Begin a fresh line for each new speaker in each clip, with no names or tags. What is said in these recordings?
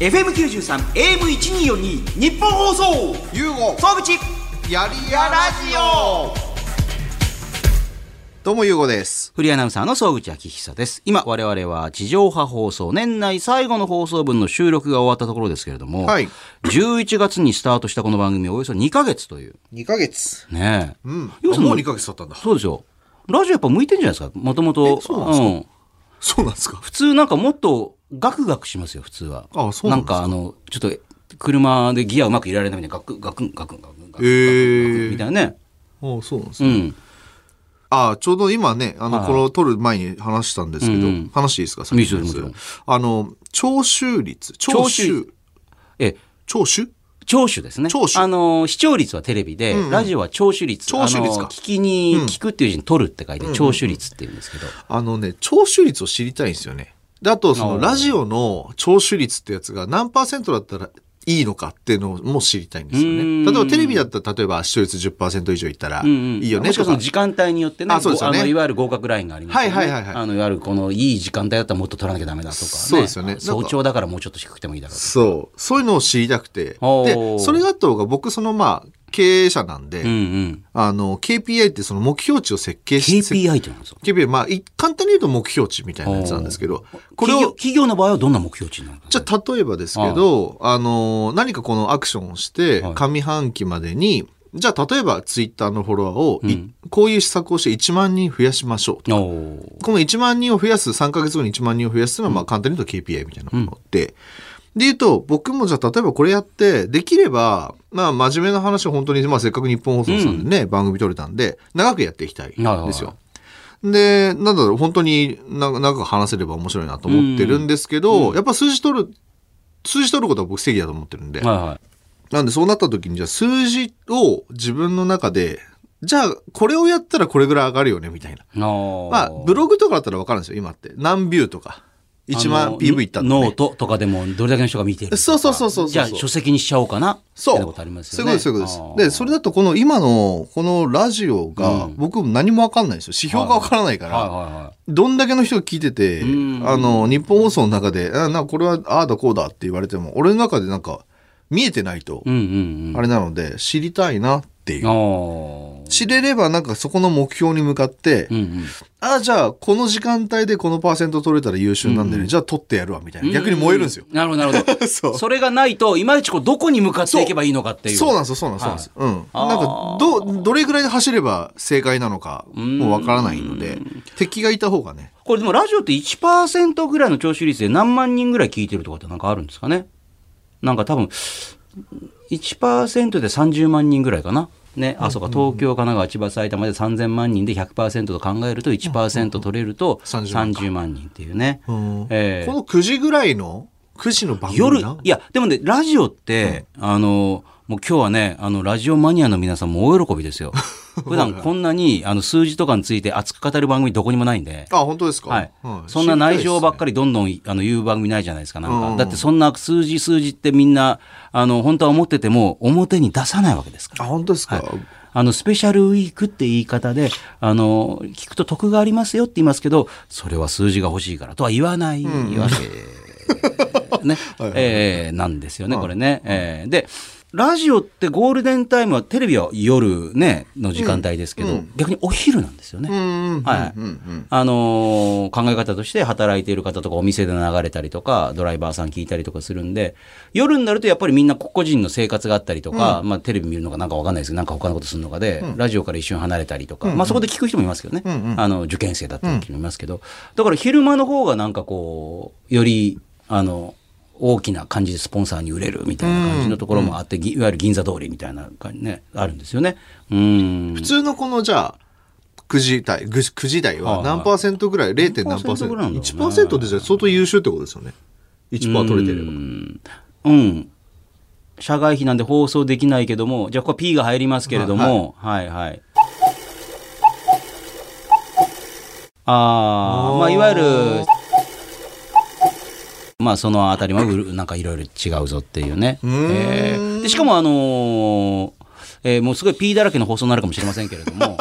FM93 AM1242 日本放送
ユーゴ
総口
やりやラジオどうもユーゴです
フリーアナウンサーの総口昭久です今我々は地上波放送年内最後の放送分の収録が終わったところですけれども、
はい
11月にスタートしたこの番組およそ2ヶ月という
2ヶ月
ねえ、
うんあ
要するに
もう2ヶ月経ったんだ
そうですよラジオやっぱ向いてんじゃないですかもともと
えそうなんですか
うん
そうなんですか
普通なんかもっとガクガクしますよ普通は
あそうなんですか
かあのちょっと車でギアうまく入れられないみたいなガクンガクンガクンガクンガクンガクン
へえ
みたいなね
あそうなんです
う
ね
ん
あちょうど今ねあの、
はい
これを撮る前に話したんですけど、
うんうん
話していいですか
いいですよもちろん
あの聴取率聴
聴
取
取え
聴取
聴取ですね。
聴取
あの、視聴率はテレビで、ラジオは聴取率。
聴取率か
あの聞きに、聞くっていう字に取るって書いて、聴取率って言うんですけど。
あのね聴取率を知りたいんですよねであとその
おー
ラジオの聴取率ってやつが何パーセントだったらいいのかっていうのも知りたいんですよ
う
ね
ん
例えばテレビだったら例えば視聴率10%以上いったらい
うんうん
いよね
もし
と
くはそ
か
の時間帯によってね、
あそうですよね
ごのいわゆる合格ラインがありますよね。
はいはいはいはい
あの、いわゆるこのいい時間帯だったらもっと取らなきゃダメだとかね。
そうですよねなんか
早朝だからもうちょっと低くてもいいだろう
そうそういうのを知りたくて
おー
でそれだった方が僕そのまあ経営者なんで、
と。うんうん。
あの KPI ってその目標値を設計して
KPI ってなんですか
KPI まあい簡単に言うと目標値みたいなやつなんですけどこれ
企業
を
企業の場合はどんな目標値になるんです
じゃあ例えばですけど、あの何かこのアクションをして、
はい
上半期までにじゃあ例えばツイッターのフォロワーをい、こういう施策をして1万人増やしましょうと
かおー
この1万人を増やす3ヶ月後に1万人を増やすのはまあ簡単に言うと KPI みたいなもので、で言うと僕もじゃあ例えばこれやってできればまあ真面目な話を本当にまあせっかく日本放送さんでね、番組撮れたんで長くやっていきたいんですよ。
はいはいはい
で、なんだろう、本当にな長く話せれば面白いなと思ってるんですけど、やっぱ数字取る、数字取ることは僕正義だと思ってるんで、
はいはい。
なんでそうなった時に、じゃあ数字を自分の中で、じゃあこれをやったらこれぐらい上がるよね、みたいな。ま
ま
あ、ブログとかだったら分かるんですよ、今って。何ビューとか。1
あ
万
の
PV いったとか、
ノ
ね
ー。トとかでもどれだけの人が見てるとか
そうそうそうそうそう
じゃあ書籍にしちゃおうかな
そ
みたいな
う
ことあります
そ
よ
ういうこと
ね
です、そういうことです。で、それ
だ
だとこの今の、このラジオが、
うん
僕も何も分かんないんですよ。指標が分からないから、
はいはいはい
どんだけの人が聞いてて、
うん
あの、日本放送の中で、あなんかこれはああだこうだって言われても、俺の中でなんか、見えてないと、
うんうんうん
あれなので、知りたいなっていう。
あ
知れればなんかそこの目標に向かって、
あうんうん
ああ、じゃあ、この時間帯でこのパーセント取れたら優秀なんでね、じゃあ取ってやるわ、みたいな。逆に燃えるんですよ。
なるほどなるほど
そ
そうれがないといまいちこうどこに向かっていけばいいのかっていう
そうなんですよ、そうなんですよ、そうなんですよ。うん。なん
あ
か、ど、どれぐらいで走れば正解なのか、もうわからないので、敵がいた方がね。
これでもラジオって1%ぐらいの聴取率で何万人ぐらい聞いてるとかってなんかあるんですかねなんか多分1%で30万人ぐらいかな。ね、あそうか東京、神奈川、千葉、埼玉で3000万人で100%と考えると1%取れると
30万か
30万人っていうね。
うん
ええ
この9時ぐらいの、9時の番組
夜、い
な
や、でもね、ラジオって、あの、もう今日はね、あの、ラジオマニアの皆さんも大喜びです よ。普段こんなに、あの、数字とかについて熱く語る番組どこにもないんで。
あ、本当ですか
はい、そんな内情ばっか
り。
りどんどんあの言う番組ないじゃないですかなんか、
うん
だってそんな数字数字ってみんなあの本当は思ってても表に出さないわけですから
あ、本当ですか、
あのスペシャルウィークって言い方であの聞くと得がありますよって言いますけどそれは数字が欲しいからとは言わないわけ、 ねえーなんですよねこれね。えーでラジオってゴールデンタイムはテレビは夜、ね、の時間帯ですけど、逆にお昼なんですよね。
うん、うん、
はい
うん、うん。
あのー考え方として働いている方とかお店で流れたりとかドライバーさん聞いたりとかするんで夜になるとやっぱりみんな個々人の生活があったりとか、まあ、テレビ見るのかなんかわかんないですけどなんか他のことするのかで、ラジオから一瞬離れたりとか、まあ、そこで聞く人もいますけどね、あの受験生だったりもいますけど、だから昼間の方がなんかこうよりあの大きな感じでスポンサーに売れるみたいな感じのところもあって、ぎいわゆる銀座通りみたいな感じねあるんですよね。うん
普通のこの、じゃあ、9時台、ぐ9時台は何パーセントぐらい、0. 何パーセント
ぐらいなんだろうね
?1% ってじゃあ相当優秀ってことですよね。1%取れてれば。
うん。社外費なんで放送できないけども、じゃあここ P が入りますけれども、はい、はい、ああ、まあいわゆる、まあそのあたりもうるなんかいろいろ違うぞっていうね。え ーでしかもあのーえーもうすごい P だらけの放送になるかもしれませんけれども、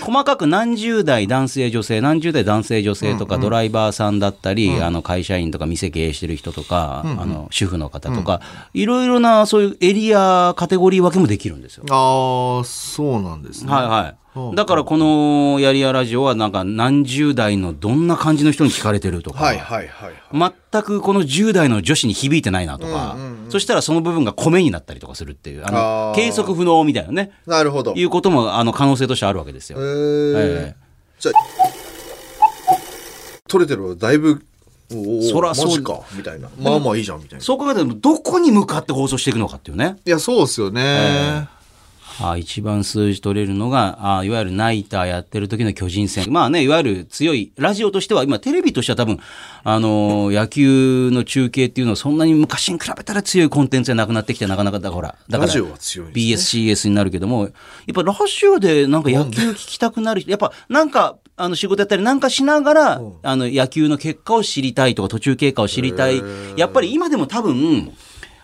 細かく何十代男性女性、何十代男性女性とか、ドライバーさんだったり、あの会社員とか店経営してる人とか、あの主婦の方とか、いろいろなそういうエリア、カテゴリー分けもできるんですよ。
ああ、そうなんですね。
はいは
うん
い。だからこのやりやラジオはなんか何十代のどんな感じの人に聞かれてるとか、
はいはいはいはい。
全くこの10代の女子に響いてないなとか、そしたらその部分が米になったりとかするっていう、あの
あー
計測不能みたいなね、
なるほど。
いうこともあの可能性としてあるわけですよ。
ええ。じゃあ、取れてるわだいぶ、おお
そら
マ
そう
ジか、みたいな。まあまあいいじゃん、みたい な。
そう考えたらどこに向かって放送していくのかっていうね。
いや、そうっすよね。
あ一番数字取れるのがあ、いわゆるナイターやってる時の巨人戦。まあね、いわゆる強い、ラジオとしては、今テレビとしては多分、あのー野球の中継っていうのはそんなに昔に比べたら強いコンテンツがなくなってきて、なかなかだから、ほらだか
ラ
ら。
ジオは強いんで
BSCS になるけども、やっぱラジオでなんか野球聞きたくなる人、やっぱなんか、あの仕事やったりなんかしながら、あの野球の結果を知りたいとか途中経過を知りたい。やっぱり今でも多分、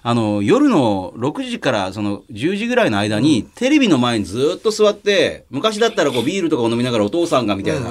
あの夜の6時からその10時ぐらいの間に、テレビの前にずっと座って、昔だったらこうビールとかを飲みながらお父さんがみたいな、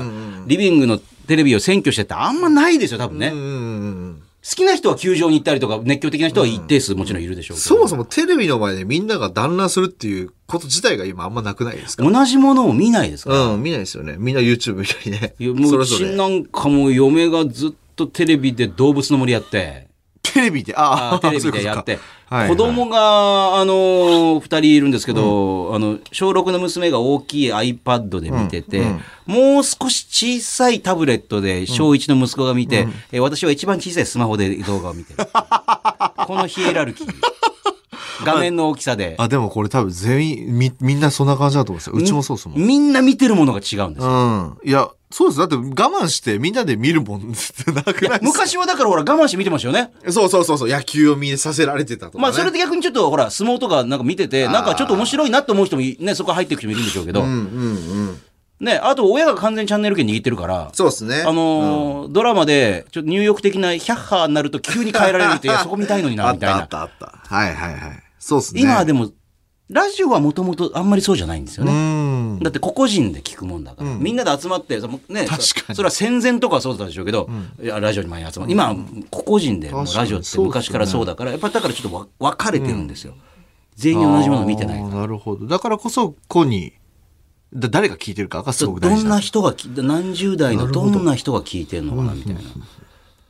リビングのテレビを占拠してってあんまないですよ、多分ね。
うんうんうん。
好きな人は球場に行ったりとか、熱狂的な人は一定数もちろんいるでしょうけど。
そもそもテレビの前でみんなが団らんするっていうこと自体が今あんまなくないですか
同じものを見ないですから
うん、見ないですよね。みんな YouTube 見たりね。
いやも
そうれ
う
ぞ
ち
れ。
なんかもう嫁がずっとテレビで動物の森やって、
テレビで、あ
あ
あ、
ーテレビでやっ
そうい
て
うことかはい、
子供が、あのー、二人いるんですけど、あの、小6の娘が大きい iPad で見てて、もう少し小さいタブレットで小1の息子が見て、えー私は一番小さいスマホで動画を 見てる。このヒエラルキー。画面の大きさで。
あ、でもこれ多分全員、み、みんなそんな感じだと思うんですよ。うちもそうですもん。
みんな見てるものが違うんですよ。
うん。いや、そうです。だって我慢してみんなで見るもんってなくないですか
昔はだからほら我慢して見てましたよね。
そうそうそうそう、野球を見させられてたとか、ね。
まあそれで逆にちょっとほら相撲とかなんか見ててなんかちょっと面白いなって思う人もいねそこ入っていく人もいるんでしょうけど、
うんうんうん。
ねあと親が完全にチャンネル権握ってるから
そうですね。
あのードラマでちょっと入浴的なヒャッハーになると急に変えられるっていやそこ見たいのに
あ
な
っ
みたい
たあっ
な
たあった。はいはいはい。そうですね。
今はでもラジオはもともとあんまりそうじゃないんですよ
う
ね。
ん。
だって個々人で聞くもんだから、みんなで集まってそのね
確かに
そそれは戦前とかはそうだったでしょうけど、いやラジオに前に集まる今は個々人でもうラジオって昔からそうだから、やっぱりだからちょっとわ分かれてるんですよ、全員同じもの見てない
あ
か
ー
ら
なるほど。だからこそ、子に、だ誰が聞いてるかがすごく
ど
大事
ん
な
なん
で
人がき何十代のどんな人が聞いてんのかなみたいな、
す。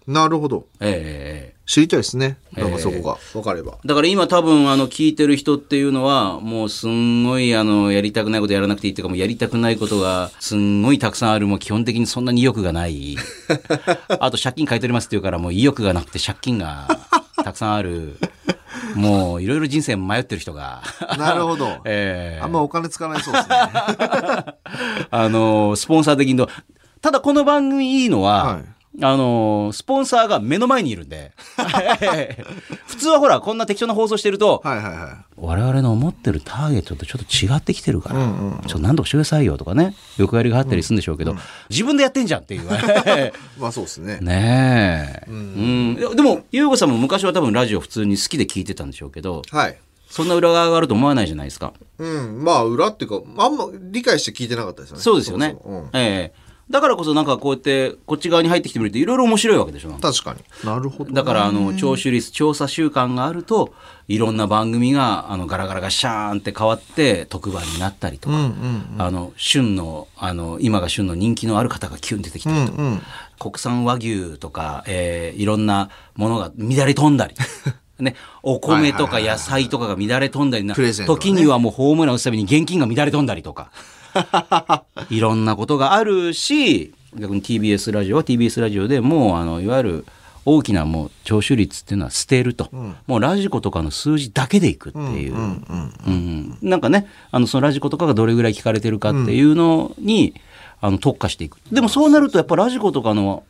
なるほど。
えええ
知りたいですね。なんかそこが。分かれば。
えだから今多分あの聞いてる人っていうのはもうすんごいあのやりたくないことやらなくていいっていうかもうやりたくないことがすんごいたくさんあるもう基本的にそんなに意欲がないあと借金買い取りますっていうからもう意欲がなくて借金が たくさんあるもういろいろ人生迷ってる人が。
なるほど
ええ
あんまお金使わないそう ですね。
あのスポンサー的にどうただこの番組いいのは、
はい
あのスポンサーが目の前にいるんで 普通はほらこんな適当な放送してると、
はいはいは
我々の思ってるターゲットとちょっと違ってきてるから、
ん
ちょっと何とかしてくださいよとかね欲張りがあったりするんでしょうけど、自分でやってんじゃんっていう
い。まあそうですね。
ねえ、うんいやでも優子さんも昔は多分ラジオ普通に好きで聞いてたんでしょうけど
はい。
そんな裏側があると思わないじゃないですか。
うん。まあ裏っていうか、あんま理解して聞いてなかったですよね。
そうですよね。
そもそもうん
ええだからこそなんかこうやってこっち側に入ってきてみるといろいろ面白いわけでしょ。なんか
確かに。なるほど。
だからあの聴取率調査習慣があるといろんな番組があのガラガラがシャーンって変わって特番になったりと
う
か、
んうん。
あの旬のあの今が旬の人気のある方が急に出てきたりと
う
か、
んうん
国産和牛とか、えーいろんなものが乱れ飛んだ り。ね、お米とか野菜とかが乱れ飛んだりな、
プレゼントがね
時にはもうホームラン打つたびに現金が乱れ飛んだりと かいろんなことがあるし逆に TBS ラジオは TBS ラジオでもうあのいわゆる大きなもう聴取率っていうのは捨てると、もうラジコとかの数字だけでいくっていう、うんなんかねあのそのラジコとかがどれぐらい聞かれてるかっていうのに、あの特化していくでもそうなるとやっぱラジコとかの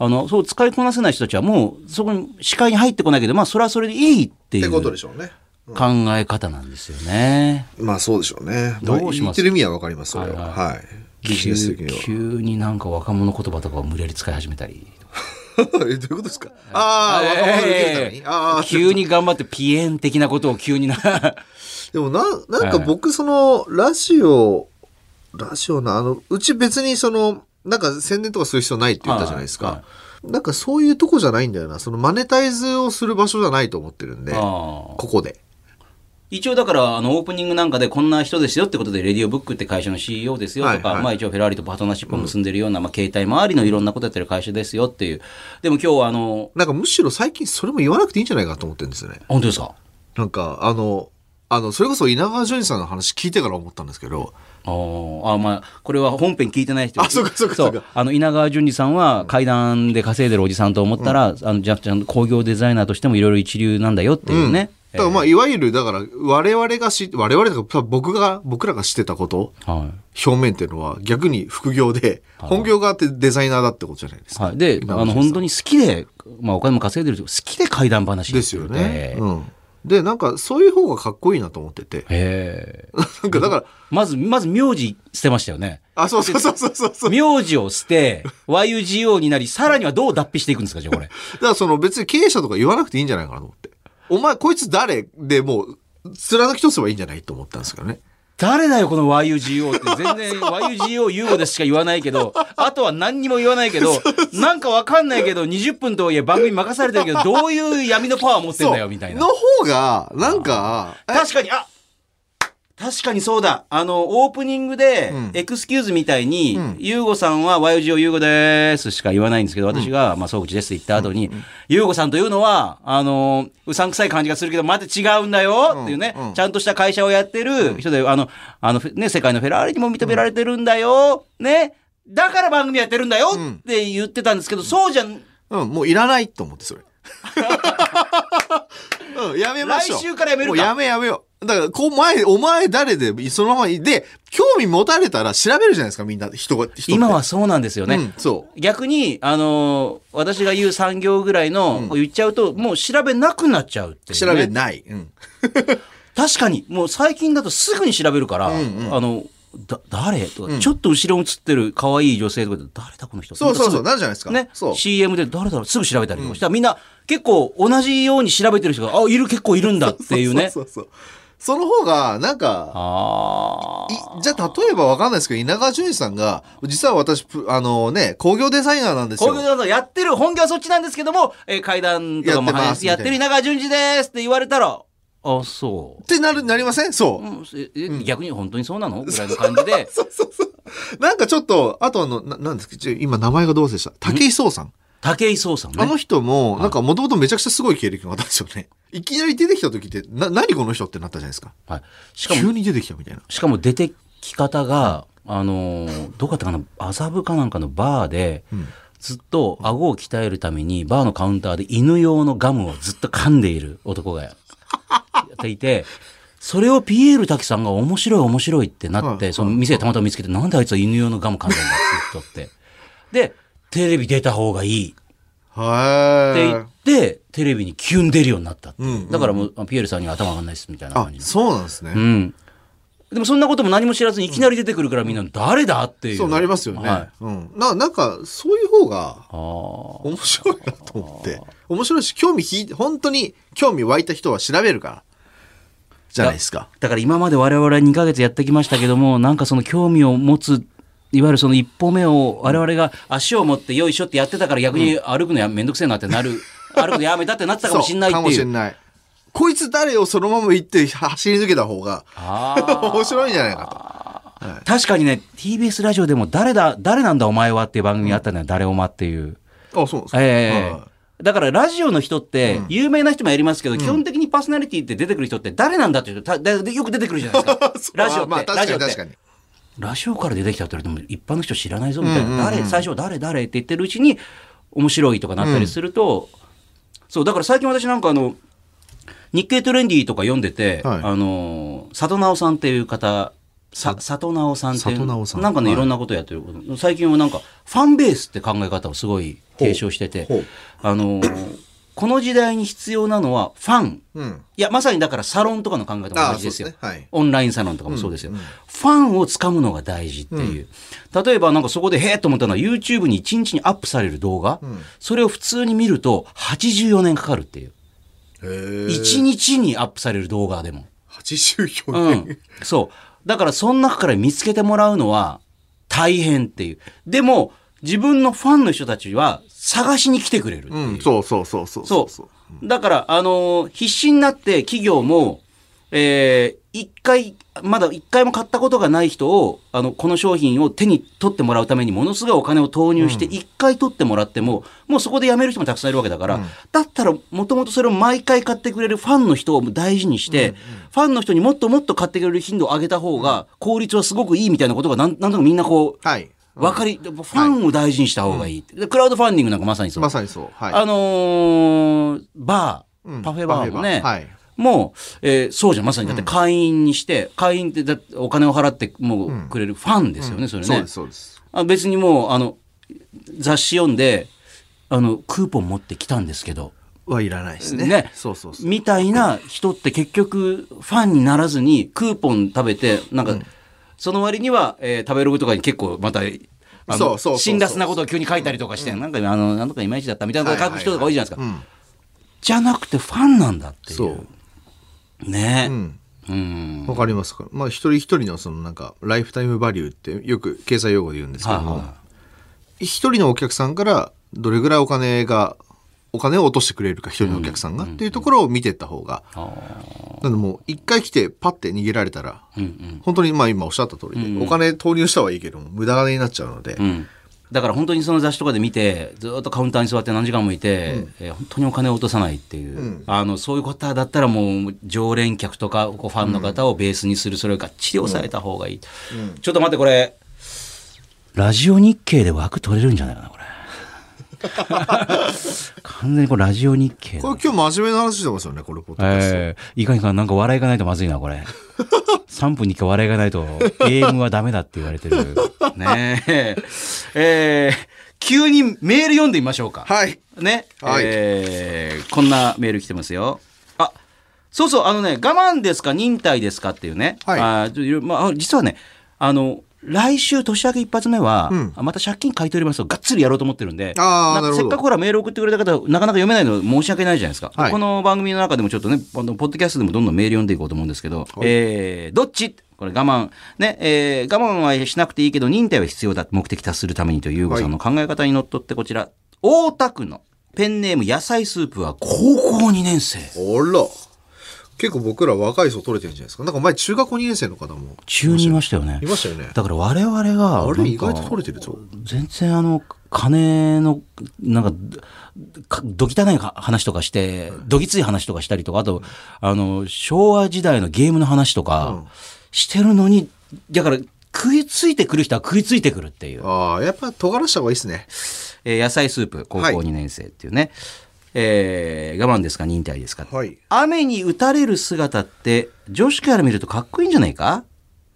あのそう使いこなせない人たちはもうそこに視界に入ってこないけどまあそれはそれでいいって
っ
い
て
う
こと
考
でしょうね。
え方なんですよね。
まあそうでしょうね。
どうし
まあ
ます
言ってる意味はわかります、それは。
はい
はい。ビジネス
急
的には。
急になんか若者言葉とかを無理やり使い始めたりと か
えどういうことですかああ、若者受けるため
え
に
え。
ああ、
急に頑張ってピエン的なことを急にな
でもな、なんか僕、その、ラジオラジオの、あの、うち別にその、なんか宣伝とかする必要ないって言ったじゃないですか。
はいは
なんかそういうとこじゃないんだよな。そのマネタイズをする場所じゃないと思ってるんで、こ
ああ
こで。
一応だから、あの、オープニングなんかでこんな人ですよってことで、レディオブックって会社の CEO ですよとか、
はいはい
まあ一応フェラーリとパートナーシップを結んでるような、まあ携帯周りのいろんなことやってる会社ですよっていう。でも今日はあの、
なんかむしろ最近それも言わなくていいんじゃないかと思ってるんですよね。
本当ですか
なんか、あの、あの、それこそ稲川淳二さんの話聞いてから思ったんですけど、
あーあ、まあ、これは本編聞いてない人
あそうかそうかそうか
あの、稲川淳二さんは階段で稼いでるおじさんと思ったら、あの、じゃじゃ工業デザイナーとしてもいろいろ一流なんだよっていうね。
だからまあ、いわゆる、だから、我々がし、我々とか、僕が、僕らがしてたこと、
は
表面っていうのは、逆に副業で、本業があってデザイナーだってことじゃないです
い。
か。
はい。で、あの、本当に好きで、まあお金も稼いでるけど好きで階段話
ですよね。
へ
うん。で、なんか、そういう方がかっこいいなと思って て。
え。
なんか、だから、
まず、まず名字捨てましたよね。
あ、そうそうそうそうそうそう。
名字を捨て、YUGO になり、さらにはどう脱皮していくんですか、じゃあこれ。
だから、その別に経営者とか言わなくていいんじゃないかなと思って。お前、こいつ誰でもう、貫き通せばいいんじゃないと思ったんですけどね。
誰だよ、この YUGO って。全然 YUGO ユーゴでしか言わないけど、あとは何にも言わないけど、なんかわかんないけど、20分とはいえ番組任されてるけど、どういう闇のパワー持ってんだよ、みたいな
の。方が、なんか、
確かに、あ確かにそうだ。あの、オープニングで、エクスキューズみたいに、ユーゴさんは YG をユーゴですしか言わないんですけど、私が、まあ、総口ですって言った後に、ユーゴさんというのは、あの、うさんくさい感じがするけど、また違うんだよっていうね、ちゃんとした会社をやってる人で、あの、あの、ね、世界のフェラーリにも認められてるんだよ、ね、だから番組やってるんだよって言ってたんですけど、そうじゃん、
うん、もういらないと思って、 それ。うん、やめましょう。
来週からやめる
も
か
うやめやめよう。だから、こう、前、お前誰で、そのままい、で、興味持たれたら調べるじゃないですか、みんな、人が、人って
今はそうなんですよね。
うん、そう。
逆に、あのー私が言う3行ぐらいの、言っちゃうと、もう調べなくなっちゃうっていう、ね。
調べない。うん。
確かに、もう最近だとすぐに調べるから、あの、だ、誰とか、ちょっと後ろに写ってる可愛い女性とかで、誰だこの人
そうそうそう、
なんか
なるじゃないです
す
か。
ぐね
そう。
CM で誰だろうすぐ調べたりとかしたら、みんな結構同じように調べてる人が、あ、いる、結構いるんだ っていうね。
そうそうそう。その方が、なんか、
ああ。
いじゃあ、例えばわかんないですけど、稲川淳二さんが、実は私、プあのね、工業デザイナーなんですよ。
工業団やってる、本業はそっちなんですけども、えー階段とかも
やって
や
ま
っ
す
やってる稲川淳二ですって言われたら、あ、そう。
ってなる、なりませんそう。
うんええ逆に本当にそうなのぐらいの感じ で
そうそうそう。なんかちょっと、あとあの、ななんですか、ちょ今名前がどうでした武井壮さん。
武井壮さん
あ
ね
の人も、なんかもともとめちゃくちゃすごい経歴の方ですよね。いきなり出てきた時って、な、何この人ってなったじゃないですか。
はい、しかも
急に出てきたみたいな。
しかも出てき方があのーどこだったかな麻布かなんかのバーで、ずっと顎を鍛えるためにバーのカウンターで犬用のガムをずっと噛んでいる男がやっていて。それをピエール滝さんが面白い面白いってなって、
はい
その店でたまたま見つけて、なんであいつは犬用のガム噛んでんだって言っとって。で、テレビ出た方がいいっ
は
て言
ーい。
って、テレビに急に出るようになったっていう
うんうん
だからもう、あピエールさんには頭上がんないですみたいな
あ
感、じの。
そうなんですね。
うん。でもそんなことも何も知らずにいきなり出てくるからみんな誰だっていう。
そうなりますよね。
はい
うん。な、なんか、そういう方が
あー
面白いなと思って。面白いし、興味ひい、本当に興味湧いた人は調べるから。じゃないですか。
だから今まで我々は2ヶ月やってきましたけども、なんかその興味を持つ、いわゆるその一歩目を我々が足を持ってよいしょってやってたから逆に歩くのやめんどくせえなってな る、歩くのやめたってなってたかもしんないって
そうかも
い
しん
う。
ない。こいつ誰をそのまま行って走り抜けた方が
あー
面白いんじゃないか
確かにね、TBS ラジオでも誰だ、誰なんだお前はっていう番組あったのよ、誰おまっていう。
と。あ、そうなんですか。
ええ
はい。
だからラジオの人って、有名な人もやりますけど、基本的にパーソナリティって出てくる人って誰なんだっていう人ただよく出てくるじゃないですか
そう
ラジオって。
まあ確
ラ
か
ジオっ
に
て
確かに。
ラジオから出てきたって言われても、一般の人知らないぞみたい
う
な。
んうんうん
誰、最初誰誰って言ってるうちに、面白いとかなったりすると、そう、だから最近私なんかあの、日経トレンディとか読んでて、
はい
あの、里直さんっていう方、さ、里直さんっていう。
里直さん
なんかね、
はい
いろんなことやってること。最近はなんか、ファンベースって考え方をすごい提唱してて
ほうほう、
あの、この時代に必要なのはファン。
うん。
いや、まさにだからサロンとかの考えと
あ
同
あ、
じ
そうで
で
すす
よ。
ね。はい。
オンラインサロンとかもそうですよ。ファンをつかむのが大事っていう。例えばなんかそこでへえと思ったのは YouTube に1日にアップされる動画、それを普通に見ると84年かかるっていう。
へえ。
1日にアップされる動画でも。
84
う
年。
ん。そう。だからその中から見つけてもらうのは大変っていう。でも、自分のファンの人たちは探しに来てくれるっていう。
うん、そうそうそうそう
そうだから、あのー必死になって企業も、えー一回、まだ一回も買ったことがない人を、あの、この商品を手に取ってもらうためにものすごいお金を投入して、一回取ってもらっても、もうそこでやめる人もたくさんいるわけだから、だったら、もともとそれを毎回買ってくれるファンの人を大事にして、ファンの人にもっともっと買ってくれる頻度を上げた方が、効率はすごくいいみたいなことが、なん、なんとかみんなこう、
はい。
わかり、ファンを大事にした方がいいって。でクラウドファンディングなんかまさにそう
ま。さにそう。はい。
あのーバー、
うん
パフェバーも
パフ
ね、
ェバーはい
もう、えーそうじゃん、まさに、だって会員にして、会員ってだってお金を払ってもうくれるファンですよね、それ
そう
ね
です、。そうです。
あ別にもう、あの、雑誌読んで、あの、クーポン持ってきたんですけど、
はいらないですね。
ね
そうそうそう。
みたいな人って結局、ファンにならずに、クーポン食べて、なんか、その割には、えー食べログとかに結構また、あの
そうそうそう
辛辣なことを急に書いたりとかして、なんか、あの、なんとかいまいちだったみたいなことを書く人とか多いじゃないですか。
うん。
じゃなくてファンなんだっていう。
そう。
ね
う
え。
ん。
うん。
わかりますかまあ一人一人のそのなんかライフタイムバリューってよく経済用語で言うんですけども、
はいは
一人のお客さんからどれぐらいお金がお金を落としてくれるか一人のお客さんが、っていうところを見てった方が、なんでもう一回来てパッて逃げられたら、本当にまあ今おっしゃった通りで、お金投入したはいいけども無駄金になっちゃうので、
うん。だから本当にその雑誌とかで見て、ずっとカウンターに座って何時間もいて、えー本当にお金を落とさないっていう、あの、そういう方だったらもう常連客とかこうファンの方をベースにする、それをがっちり抑えた方がいい、ちょっと待って、これ、ラジオ日経で枠取れるんじゃないかな、 これ。完全にこれラジオ日経だ
これ今日真面目な話してますよねこれポッドキャスト、
えーいかんいかん、なんか笑いがないとまずいな、こ れ。3分に1回笑いがないと、AM はダメだって言われてる。ねえ。えー急にメール読んでみましょうか。
はい
ね。
はい
えーこんなメール来てますよ。あ、そうそう、あのね、我慢ですか、忍耐ですかっていうね。
はい
あーちょいろいろまあ、あ実はね、あの、来週年明け一発目は、
うん
また借金買い取りますをがっつりやろうと思ってるんで、
あー
なんか
なるほど
せっかくほらメール送ってくれた方、なかなか読めないの申し訳ないじゃないですか。
はい
この番組の中でもちょっとね、あのポッドキャストでもどんどんメール読んでいこうと思うんですけど、えーどっちこれ我慢。ね、えー我慢はしなくていいけど、忍耐は必要だ。目的達するためにという優吾さんの考え方にのっとってこちら、大田区のペンネーム野菜スープは高校2年生。
あら結構僕ら若い層取れてるんじゃないですかなんか前中学校2年生の方も
中にいましたよね
い。ましたよね
だから我々が、
あ
なん
れ
か
意外と取れてるぞ
全然あの、金の、なんか、かどぎたない話とかして、どぎつい話とかしたりとか、あと、あの、昭和時代のゲームの話とか、してるのに、だから、食いついてくる人は食いついてくるっていう。
ああ、やっぱ尖らした方がいいですね。
えー野菜スープ、高校
はい
2年生っていうね。えー我慢ですか忍耐ですか、
はい
雨に打たれる姿って、女子から見るとかっこいいんじゃないか、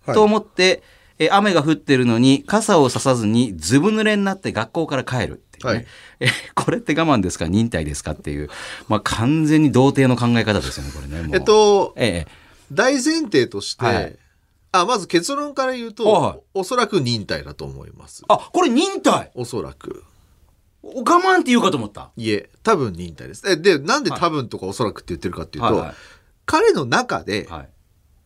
はい
と思って、えー雨が降ってるのに、傘をささずにずぶ濡れになって学校から帰るっていうね。
はい
えーこれって我慢ですか忍耐ですかっていう、まあ完全に童貞の考え方ですよね、これね。もう
えっ、と、
ええ
大前提として、
はい
あ、まず結論から言うと、
はい
おそらく忍耐だと思います。
あ、これ忍耐
おそらく。
お我慢って言うかと思った。
いえ、多分忍耐です。え、で、なんで多分とかおそらくって言ってるかっていうと、
はいはい
彼の中で、
はい。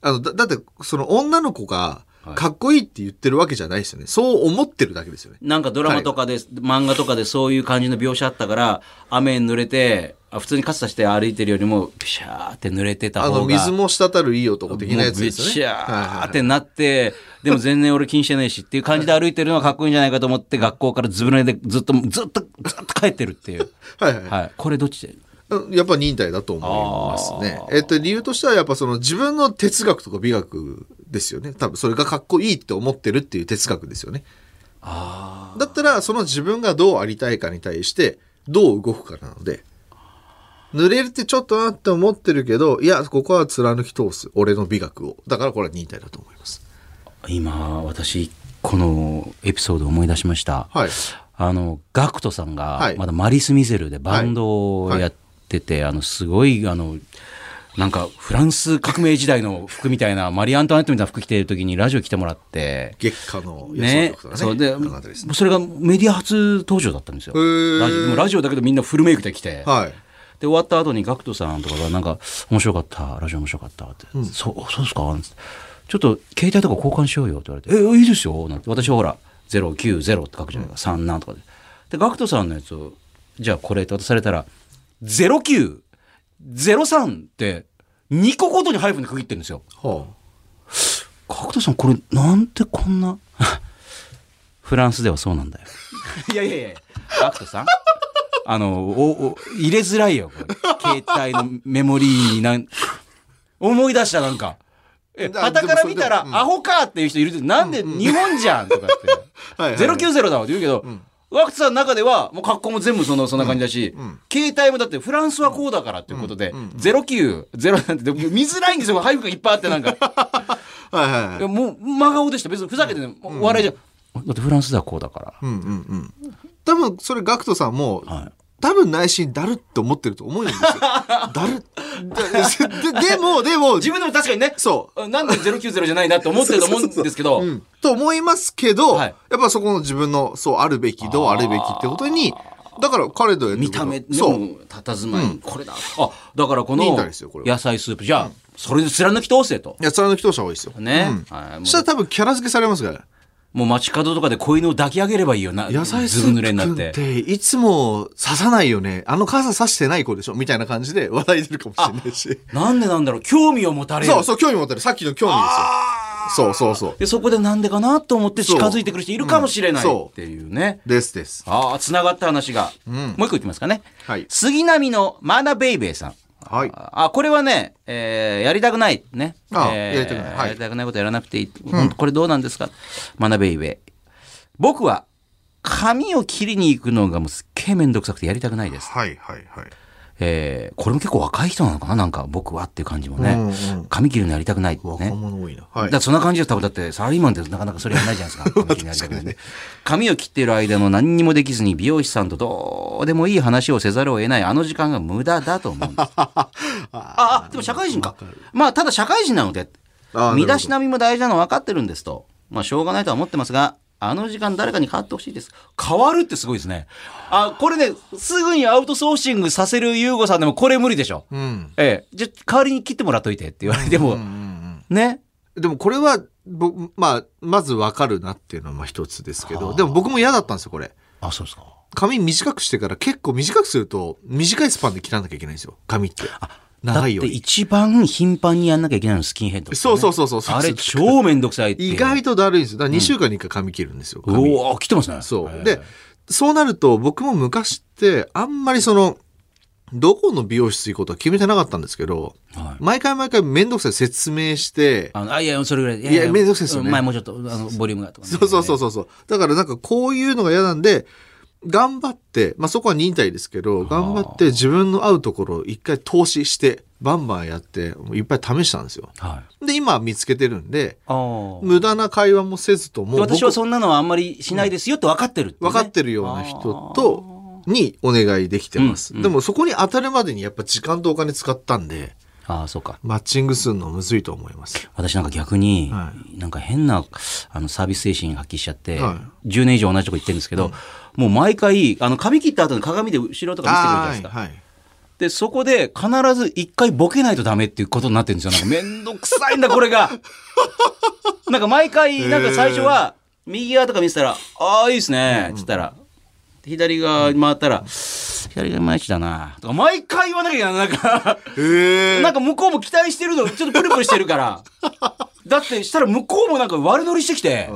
あの、だ、だって、その女の子が
はい、
かっこいいって言ってるわけじゃないですよね。そう思ってるだけですよね。
なんかドラマとかで、漫画とかでそういう感じの描写あったから、雨に濡れて、あ普通に傘さして歩いてるよりも、ピシャーって濡れてた
あ
方が。
の、水も滴るいい男的なやつですよね。
もうぐちゃ
は
ー
い
っ
はい
てなって、でも全然俺気にしてないしっていう感じで歩いてるのはかっこいいんじゃないかと思って、学校からずぶ濡れでずっと、ずっと、ずっと帰ってるっていう。
はいはいはい。
はい。これどっちで
うんやっぱ忍耐だと思いますね
あ。ー
えっと、理由としてはやっぱその自分の哲学とか美学ですよね。多分それがかっこいいって思ってるっていう哲学ですよね。
あ
だったらその自分がどうありたいかに対してどう動くかなので、濡れるってちょっとなって思ってるけど、いや、ここは貫き通す。俺の美学を。だからこれは忍耐だと思います。
あ。今、私、このエピソードを思い出しました。
はい。
あの、ガクトさん
は
が
い、
まだマリス・ミゼルでバンドをやってて、あの、すごい、あの、なんか、フランス革命時代の服みたいな、マリー・アントワネットみたいな服着てる時にラジオ来てもらって、
月下の
ね、
とか
そうで
あの辺りですね。
それがメディア初登場だったんですよ。
ー
ラジオでもラジオだけどみんなフルメイクで来て、
はい。
で終わった後にガクトさんとかがなんか「面白かったラジオ面白かった」って「そうそうですか?」ちょっと携帯とか交換しようよって言われて、え、いいですよなんて。私はほら、090って書くじゃないか。3なんとかで。で、ガクトさんのやつを、じゃあこれって渡されたら、0903って2個ごとにハイフンで区切ってるんですよ。
は
角田さんこれなんてこんな フランスではそうなんだよ いやいやいや角田さんあのおお入れづらいよこれ携帯のメモリーになん思い出したなんかえ
だ
旗から見たら、
でもそれでもうん
アホかっていう人いるけどなんで日本じゃんとかって。
あ。 はいはいはい
090だわって言うけど、ワクツさんの中では、もう格好も全部その、そんな感じだし、携帯もだってフランスはこうだからっていうことで、090なんて、でも見づらいんですよ、配布がいっぱいあってなんか。
はいはいはい
いやもう真顔でした別にふざけてね、お笑いじゃんだってフランスではこうだから、
うんうんうん。多分それガクトさんも、
はい
多分内心だるって思ってると思うんです よ。だるっでででもでも
自分でも確かにね
そう
なんで090じゃないなって思ってると思うんですけど
うん、と思いますけど、
はい
やっぱそこの自分のそうあるべきどうあるべきってことにだから彼とやってる
見
こと
た目で
そう
も佇まい、これだあだからこの
いいんですよこれは
野菜スープじゃあ、それで貫き通せと
いや貫き通した方がいいですよ。
ね、
うん
はい、
そ
も
したら多分キャラ付けされますから。
うもう街角とかで子犬を抱き上げればいいよな
野菜ス
ず
ー
ぶ
プ
濡れにな
君
っ
ってていつも刺さないよね。あの傘刺してない子でしょみたいな感じで笑い出るかもしれないし。
なんでなんだろう興味を持たれる
そうそう、興味持ってる。さっきの興味ですよ。そうそうそう。
でそこでなんでかなと思って近づいてくる人いるかもしれない
そううん
っていうね、
ですです。
ああ、つながった話が。もう一個いきますかね。
はい
杉並のマーナベイベーさん。
はい。
あ、これはね、えーやりたくない。ね。
あ
えー
やりたくないはい
やりたくないことやらなくていい。本当これどうなんですか、マナベイベー。僕は、髪を切りに行くのがもうすっげえめんどくさくてやりたくないです。
はいはいはい。
えーこれも結構若い人なのかななんか僕はっていう感じもね。
うんうん
髪切るのやりたくないって
若
ね。
者多いな。
だ
はい
から。そんな感じで多分だってサラリーマンってなかなかそれやらないじゃない ですか髪切りやりたくないね髪を切っている間の何にもできずに美容師さんとどうでもいい話をせざるを得ないあの時間が無駄だと思うん ですああでも社会人かまあただ社会人なので
あー
身だしなみも大事なの分かってるんですとまあしょうがないとは思ってますがあの時間誰かに変わってほしいです変わるってすごいですねあこれねすぐにアウトソーシングさせる優吾さんでもこれ無理でしょ、
うん。
ええじゃあ代わりに切ってもらっといてって言われても、
うんうん
ね
うん。でもこれは、僕、まあ、まずわかるなっていうのはまあ一つですけど、でも僕も嫌だったんですよ、これ。
あそうですか
髪短くしてから結構短くすると、短いスパンで切らなきゃいけないんですよ、髪って。長いよ
だって一番頻繁にやんなきゃいけないのスキンヘッド、
そうそうそうそうそう
あれ超めんどくさいって
意外とだるいんですよ。だから2週間に1回髪切るんですよ、
う
髪。
おー来てますね
そう。
で
で、そうなると僕も昔ってあんまりその、どこの美容室行こうとは決めてなかったんですけど、
はい
毎回毎回めんどくさい説明して、
あのあいやそれぐらいい
いやめんどくさいですよね
前もうちょっとあのボリュームがとかね、
そうそうそうそうそう。だからなんかこういうのが嫌なんで、頑張って、まあそこは忍耐ですけど、頑張って自分の合うところを一回投資して、バンバンやって、もういっぱい試したんですよ。
はい
で、今見つけてるんで、
あー
無駄な会話もせずとも、
私はそんなのはあんまりしないですよって分かってるって、ね、
分かってるような人と、にお願いできてます、
うんうん
でもそこに当たるまでにやっぱ時間とお金使ったんで、
ああそうか
マッチングするのむずいと思います。
私なんか逆に、
は
なんか変なあのサービス精神発揮しちゃって、
は
10年以上同じとこ行ってるんですけど、もう毎回あの髪切った後の鏡で後ろとか見せてくれるじゃないですか、
はいはい。
で、そこで必ず一回ボケないとダメっていうことになってるんですよ。なんかめんどくさ いんだ、これが。なんか毎回、なんか最初は、右側とか見せたら、ああ、いいですね、っつったら、左側回ったら、左側いまいちだな、とか、毎回言わなきゃいけない。なんか、
え
なんか向こうも期待してるの、ちょっとプルプルしてるから。だって、したら向こうもなんか悪乗りしてきて、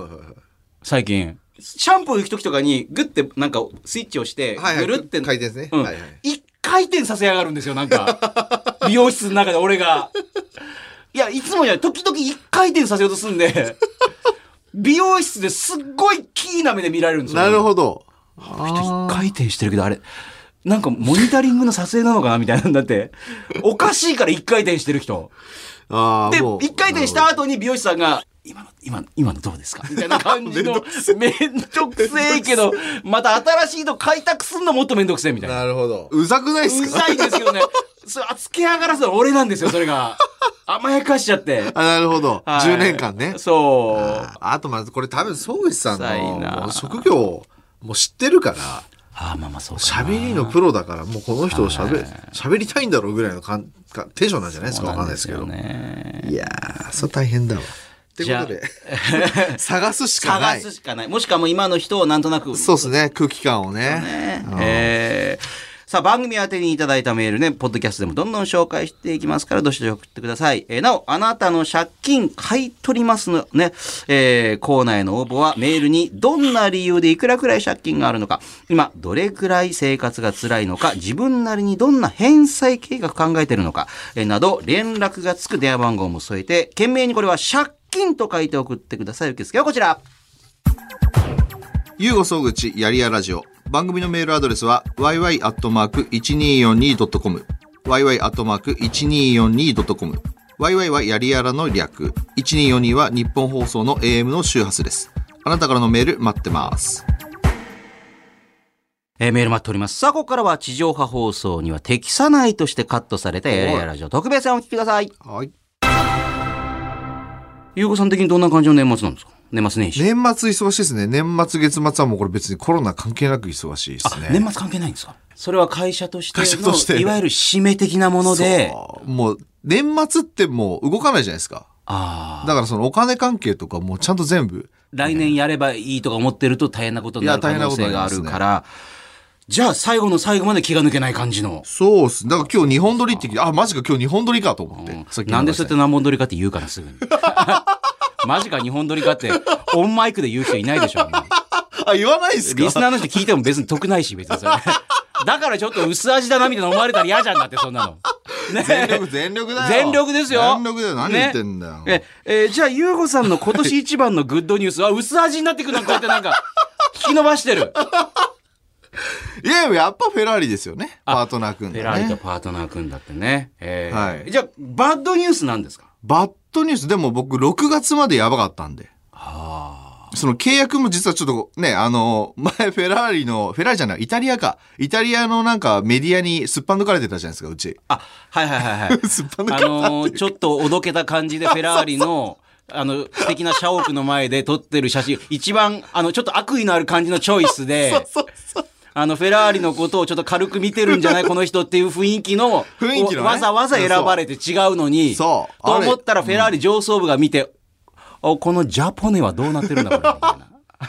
最近。シャンプー行く時とかに、グッてなんかスイッチをして、ぐるって
回転ですね。
うん
はいはい。
一回転させやがるんですよ、な んか。美容室の中で俺が。いや、いつもじゃない、時々一回転させようとすんで、美容室ですっごいキーな目で見られるんですよ。
なるほど。
一回転してるけど、あれ、なんかモニタリングの撮影なのかなみたいなんだって。おかしいから一回転してる人。
あ
で、
あ、もう。
一回転した後に美容師さんが、今の、今の、今のどうですかみたいな感じ の、めんどくせえけど、また新しいの開拓すんのもっとめんどくせえみたいな。
なるほど。うざくないです
う
か
ざいですけどね。 それ、つけ上がらせたら俺なんですよ、それ が。甘やかしちゃって。
あ、なるほど。
はい
10年間ね。
そう。
ああとまずこれ多分、総口さん
うざい
の
な
もう職業、もう知ってるから、
ああ、まあまあ、そうかな。
喋りのプロだから、もうこの人を喋、喋りたいんだろうぐらいのかんかテンションなんじゃないですかわかんないですけ
そ
ど
う。なんですよね。
いやー、それ大変だわ。ってことで、探すしかな
探
い。
すしかない。もしくはもう今の人をなんとなく。
そうですね、空気感をね。うん
えーさあ、番組宛てにいただいたメールね、ポッドキャストでもどんどん紹介していきますから、どしどし送ってください。えーなお、あなたの借金買い取りますのね、えーコーナーへの応募はメールにどんな理由でいくらくらい借金があるのか、今、どれくらい生活が辛いのか、自分なりにどんな返済計画考えてるのか、えーなど、連絡がつく電話番号も添えて、懸命にこれは借金と書いて送ってください。受付はこちら。
ゆうご総口やりやラジオ。番組のメールアドレスは yy.1242.com。yy.1242.com。yy はやりやらの略。1242は日本放送の AM の周波数です。あなたからのメール待ってます。
えーメール待っております。さあ、ここからは地上波放送には適さないとしてカットされたやれやラジオ特別編をお聞きください。
はい。
ゆうこさん的にどんな感じの年末なんですか年末年始。
年末忙しいですね。年末月末はもうこれ別にコロナ関係なく忙しいですね。
年末関係ないんですかそれは会社として
会社として
の、いわゆる締め的なもので、
そうもう年末ってもう動かないじゃないですか。
ああ、
だからそのお金関係とかもうちゃんと全部。
来年やればいいとか思ってると大変なことになる
いや
可
大変な
能
こと
性
に
が
な
あ
ります
る
ね
から、じゃあ最後の最後まで気が抜けない感じの。
そうっす。だから今日日本撮りって聞いて、あ、マジか今日日本撮りかと思って。さっきの
なんでそう
話
やって何本撮りかって言うからすぐに。 マジか日本撮りかって、オンマイクで言う人いないでしょ。
あ、言わないっすか
リスナーの人聞いても別に得ないし、別 にそれ。だからちょっと薄味だなみたいな思われたら嫌じゃんだって、そん なの。ね
全力、全力だよ。
全力ですよ。
全力だよ。何言ってんだよ。
ねええーじゃあ、ゆうごさんの今年一番のグッドニュースは薄味になってくるな、こうやってなんか、 引き伸ばしてる。
いやいや、やっぱフェラーリですよね。
あ
パートナー君
フ
がね。
ェラーリとパートナー組んだってね。えー
はい
じゃあ、バッドニュースなんですか
バッドニュース、でも僕6月までやばかったんで。その契約も実はちょっとね、あの、前フェラーリの、フェラーリじゃない、イタリアか。イタリアのなんかメディアにすっぱ抜かれてたじゃないですか、うち。
あ、はいはいはい はい。
すっぱ抜か
あ
れて
のーちょっとおどけた感 じでフェラーリの、あの、素敵な社屋の前で撮ってる写真、一番、あの、ちょっと悪意のある感じのチョイス で、
そうそう。
あの、フェラーリのことをちょっと軽く見てるんじ ゃないこの人っていう雰囲気の、
雰囲気のね
わざわざ選ばれて違うのに、
そう
と
あれ
思ったらフェラーリ上層部が見て、あこのジャポネはどうなってるんだこれ、み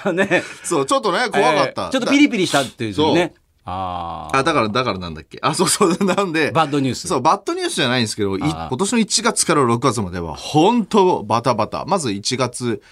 たいな。 ね。
そう、ちょっとね、怖かった。
えーちょっとピリピリしたっていうね
そ。
ああ。
あ、だから、だからなんだっけ。あ、そうそう、なんで。
バッドニュース。
そう、バッドニュースじゃないんですけど、い
ああ
今年の1月から6月までは、本当バタバタ。まず1月、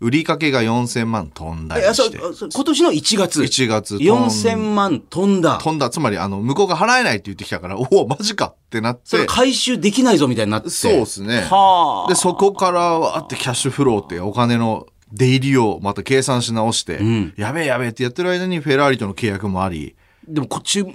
売りかけが4000万飛んだ
えあ
り
そ
して。
うそう今年の1月。
1月飛ん
4000万飛んだ。
飛んだ。つまり、あの、向こうが払えないって言ってきたから、おお、マジかってなっ
それ
て。
回収できないぞみたいになって。
そうですね。
はあ。
で、そこから、わーってキャッシュフローってお金の出入りをまた計算し直して、
ん
やべえやべえってやってる間にフェラーリとの契約もあり、
でもこっちもフ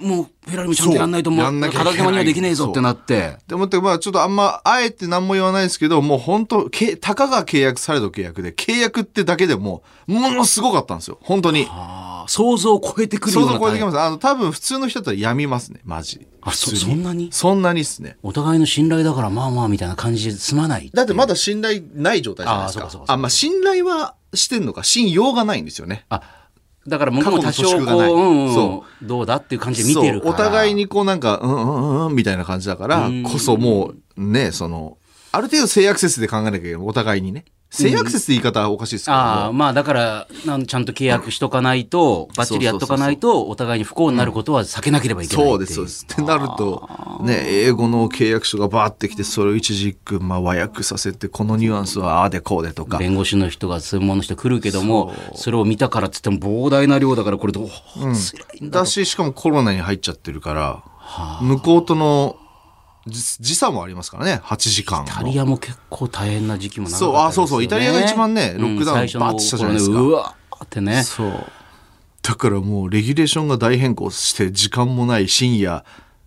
ェラーリもちゃんとやんないとも
そうやん
う、
なきゃいけ
片
ない
手間にはできねえぞってなって。
でもって、まあちょっとあんま、あえて何も言わないですけど、もう本当けたかが契約されど契約で、契約ってだけでも、ものすごかったんですよ。本当に。
ああ想像を超えてくるよ
想
う
像
な
超えてき
大変
ます。あの、多分普通の人だったらやみますね、マジ。
あそ
普通
そんなに
そんなにっすね。
お互いの信頼だからまあまあみたいな感じで済まない。
だってまだ信頼ない状態じゃないです
あー
か
そうかそう。か
あ、まあ信頼はしてんのか、信用がないんですよね。
あ、だからもう多
過去の
少
年
こう、
がない
うんうん
そ
どうだっていう感じで見てるか
そう
ら。
お互い。にこうなんか、うんうんうんうんみたいな感じだから
うん、
こそもう、ね、その、ある程度性悪説で考えなきゃいけない。お互いにね。性悪説って言い方はおかしいですけども。
ああ、まあだからなん、ちゃんと契約しとかないと、バッチリやっとかないと、お互いに不幸になることは避けなければいけない
そう
ってい
です、そうです。ってなると、ね、英語の契約書がバーってきて、それを一字一句、まあ、和訳させて、このニュアンスはああでこうでとか。
弁護士の人が専門の人来るけども、それを見たからっつっても膨大な量だから、これどう、辛いんだ。
だし、しかもコロナに入っちゃってるから、向こうとの時時差もありますからね、8時間
イタリ
の。
アも結構大変な時期も長かった
そうあそうそう
ですよね
イタリアが一番ねロックダウン
うん最初の
バッとしたじゃないですか
頃ねうわーってね。
そう。だからもう、レギュレーションが大変更して、時間もない深夜、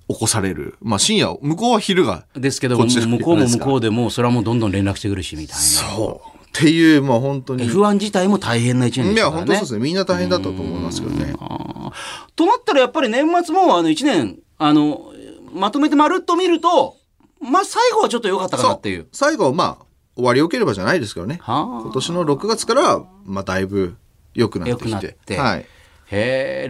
起こされる。まあ、深夜、向こうは昼が。
ですけども、
っちの
向こうも向こ
う。
うでもう、それはもうどんどん連絡してくるし、みたい
そう。っていう、まあ、本当
な。
に。い
F1 自体も大変な一年でし
や、
たから
本
ね。
当そうですね。みんな大変だったと思いますけどね。
あーとなったら、やっぱり年末も、あの、一年、あの、まとめてまるっと見ると、まあ、最後はちょっと良かったかなっていう。
最後はまあ終わりよければじゃないですけどね
はあ
今年の6月からはまあだいぶ良くなって
良
き
くなってて
はい、
へ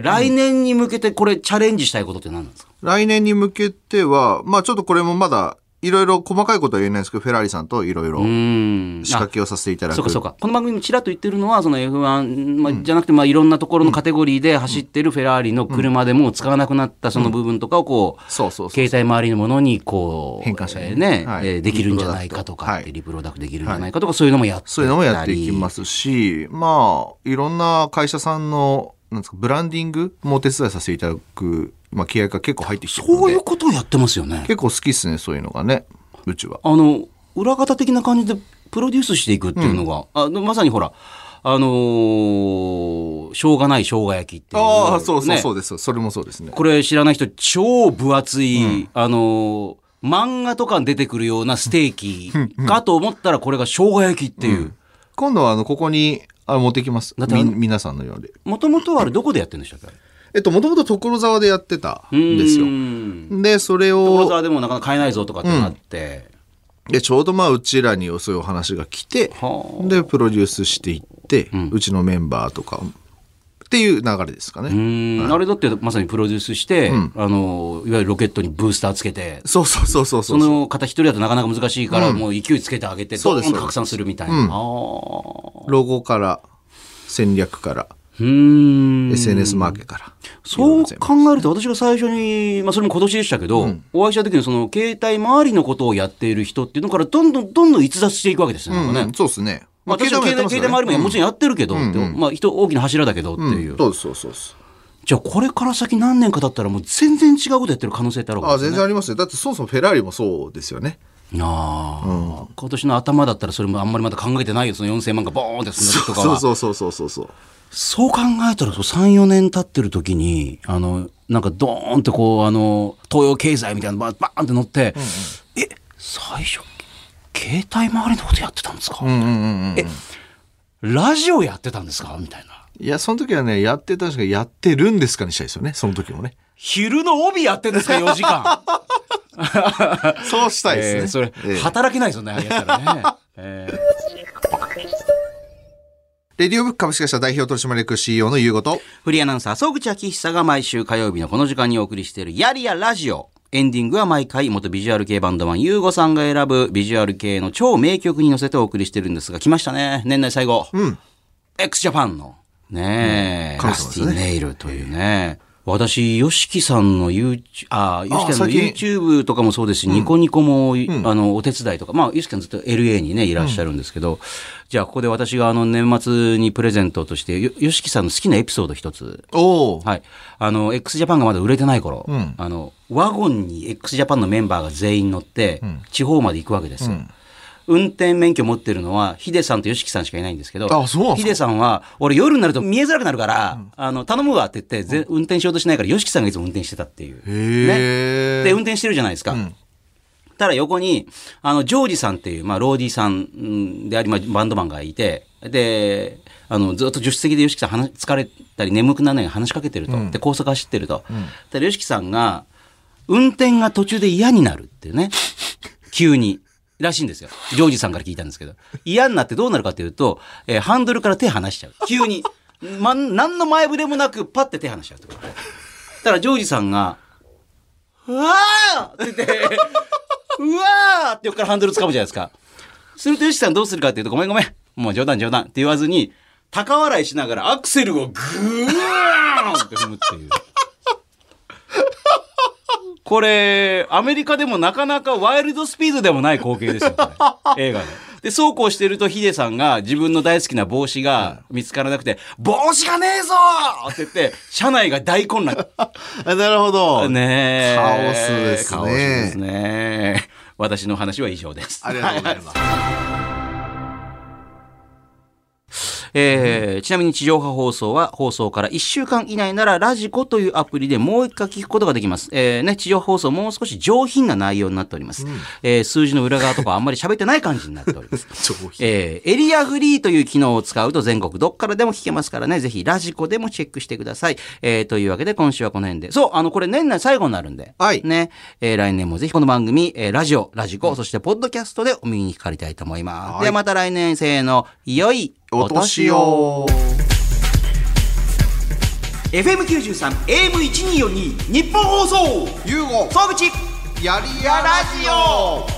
え、来年に向けてこれチャレンジしたいことって何なんですか
来年に向けてはまあちょっとこれもまだいろいろ細かいことは言えないですけど、フェラーリさんといろいろ
うん
仕掛けをさせていただく。
そうかそうか。この番組にちらっと言ってるのは、その F1、まあ、じゃなくて、まあ、いろんなところのカテゴリーで走ってるフェラーリの車でもう使わなくなったその部分とかをこう、
そうそうそう
携帯周りのものにこう、
変換したり
えー
ね
ね、
はい
えーできるんじゃないかと
は
か
い
って、リプロダクトできるんじゃないかとか、そういうのもやってたり
そういうのもやっていきますし、まあ、いろんな会社さんの、なんですか、ブランディングもお手伝いさせていただく、まあ、契約が結構入ってきてるので。
そういうことをやってますよね。
結構好きっすね、そういうのがね。うちは。
あの、裏方的な感じでプロデュースしていくっていうのが、あのまさにほら、あのーしょうがない生姜焼きっていう。ね
うです。それもそうですね。
これ知らない人超分厚い、あの漫画とかに出てくるようなステーキかと思ったらこれが生姜焼きっていう
今度は、あの、ここに、あ持ってきます。
だってあ
み、
の
皆さんのようで。
もともとはあれどこでやってるんでしたっけあれ
えっと、もともと所沢でやってたんですよ
う。ん
で、それ
所
を、
沢でもなかなか買えないぞとかってなって、
で、ちょうどまあ、うちらにそういうお話が来て、
は
で、プロデュースしていって、うちのメンバーとか、っていう流れですかね。
あうんあれだってまさにプロデュースして、あのいわゆるロケットにブースターつけて
そうそうそうそう
その方一人だとなかなか難しいから、もう勢いつけてあげて
そう
ど
で
ん
す
どん拡散するみたいな、あー
ロゴから、戦略から、
うーん
SNS マーケから。
そう考えると、私が最初に、まあ、それも今年でしたけど、お会いした時に、その、携帯周りのことをやっている人っていうのから、どんどんどんどん逸脱していくわけですよね。なんか
う
ね
ん、そうですね。
まあ私は携帯携帯周りももちろんやってるけど、ってまあ、人、大きな柱だけどっていう。
そうそうそうそう。
じゃあ、これから先何年か経ったら、もう全然違うことやってる可能性ってあるわ
あ
けで
全
すよね。
然ありますよ。だってそもそもフェラーリもそうですよね。
ああ、今年の頭だったら、それもあんまりまだ考えてないよ。その4000万がボーンって進
そ
んだと
う
かは。
そうそうそうそうそう。
そう考えたら、そう3、4年経ってる時に、あの、なんかドーンってこう、あの、東洋経済みたいなのババーンって乗って、え、最初、携帯周りのことやってたんですか、
うんうんうんうん。
ラジオやってたんですかみたいな。
いや、その時はね、やってたんですけど、やってるんですかにしたいですよね。その時もね。
昼の帯やってんですか ?4 時間。
そうしたいですね。
えーそれ、
ええ
働けないですよね、あれやったらね。えー
レディオブック株式会社代表取締役 CEO の優吾と、
フリーアナウンサー、総口昭久が毎週火曜日のこの時間にお送りしているやりやラジオ。エンディングは毎回元ビジュアル系バンドマン、ゆうごさんが選ぶビジュアル系の超名曲に乗せてお送りしてるんですが、来ましたね。年内最後。
うん。
x ジャパンの、ねえ、
うん
ラスティネイルというね。私、ヨシキさんの YouTube、あ、ヨシキさんの
最
YouTube とかもそうですし、ニコニコも、あの、お手伝いとか、まあ、ヨシキさんずっと LA にね、いらっしゃるんですけど、じゃあ、ここで私があの、年末にプレゼントとして、よヨシキさんの好きなエピソード一つ、
おお、
はい。あの、x ジャパンがまだ売れてない頃、
ん
あの、ワゴンに x ジャパンのメンバーが全員乗って、地方まで行くわけですよ。運転免許持ってるのは、ヒデさんとヨシキさんしかいないんですけど、
あそうなんですか
ヒデさんは、俺夜になると見えづらくなるから、あの、頼むわって言って、ぜ運転しようとしないから、ヨシキさんがいつも運転してたっていう。
へえ、
で、運転してるじゃないですか。ただ横に、あの、ジョージさんっていう、まあ、ローディーさんうんであり、まあ、バンドマンがいて、で、あの、ずっと助手席で YOSHIKI さん話、疲れたり眠くならないように話しかけてると。で、高速走ってると。ただ YOSHIKI さんが、運転が途中で嫌になるっていうね。急に。らしいんですよ。ジョージさんから聞いたんですけど。嫌になってどうなるかというと、えーハンドルから手離しちゃう。急に。ま、何の前触れもなく、パッて手離しちゃうってこと。たらジョージさんが、うわーって言って、うわーって横からハンドル掴むじゃないですか。すると、ヨシさんどうするかっていうと、ごめんごめん。もう冗談冗談って言わずに、高笑いしながらアクセルをグーンって踏むっていう。これ、アメリカでもなかなかワイルドスピードでもない光景ですよ、これ映画で。で、そうこうしてるとヒデさんが自分の大好きな帽子が見つからなくて、帽子がねえぞーって言って、車内が大混乱。
あなるほど。
ねえ
カオスですね
カオスですね。私の話は以上です。
ありがとうございます。
えーちなみに地上波放送は放送から1週間以内ならラジコというアプリでもう一回聞くことができます。えーね、地上波放送もう少し上品な内容になっております。えー数字の裏側とかあんまり喋ってない感じになって おります。
上品。
えーエリアフリーという機能を使うと全国どっからでも聞けますからね、ぜひラジコでもチェックしてください。えーというわけで今週はこの辺で。そう、あの、これ年内最後になるんで。
はい
ね。えー来年もぜひこの番組、えーラジオ、ラジコ、そしてポッドキャストでお耳にかかりたいと思います。
はい
ではまた来年、せーの、良い
お年を。
FM93、AM1242、日本放送
優吾
総口
やりやラジオ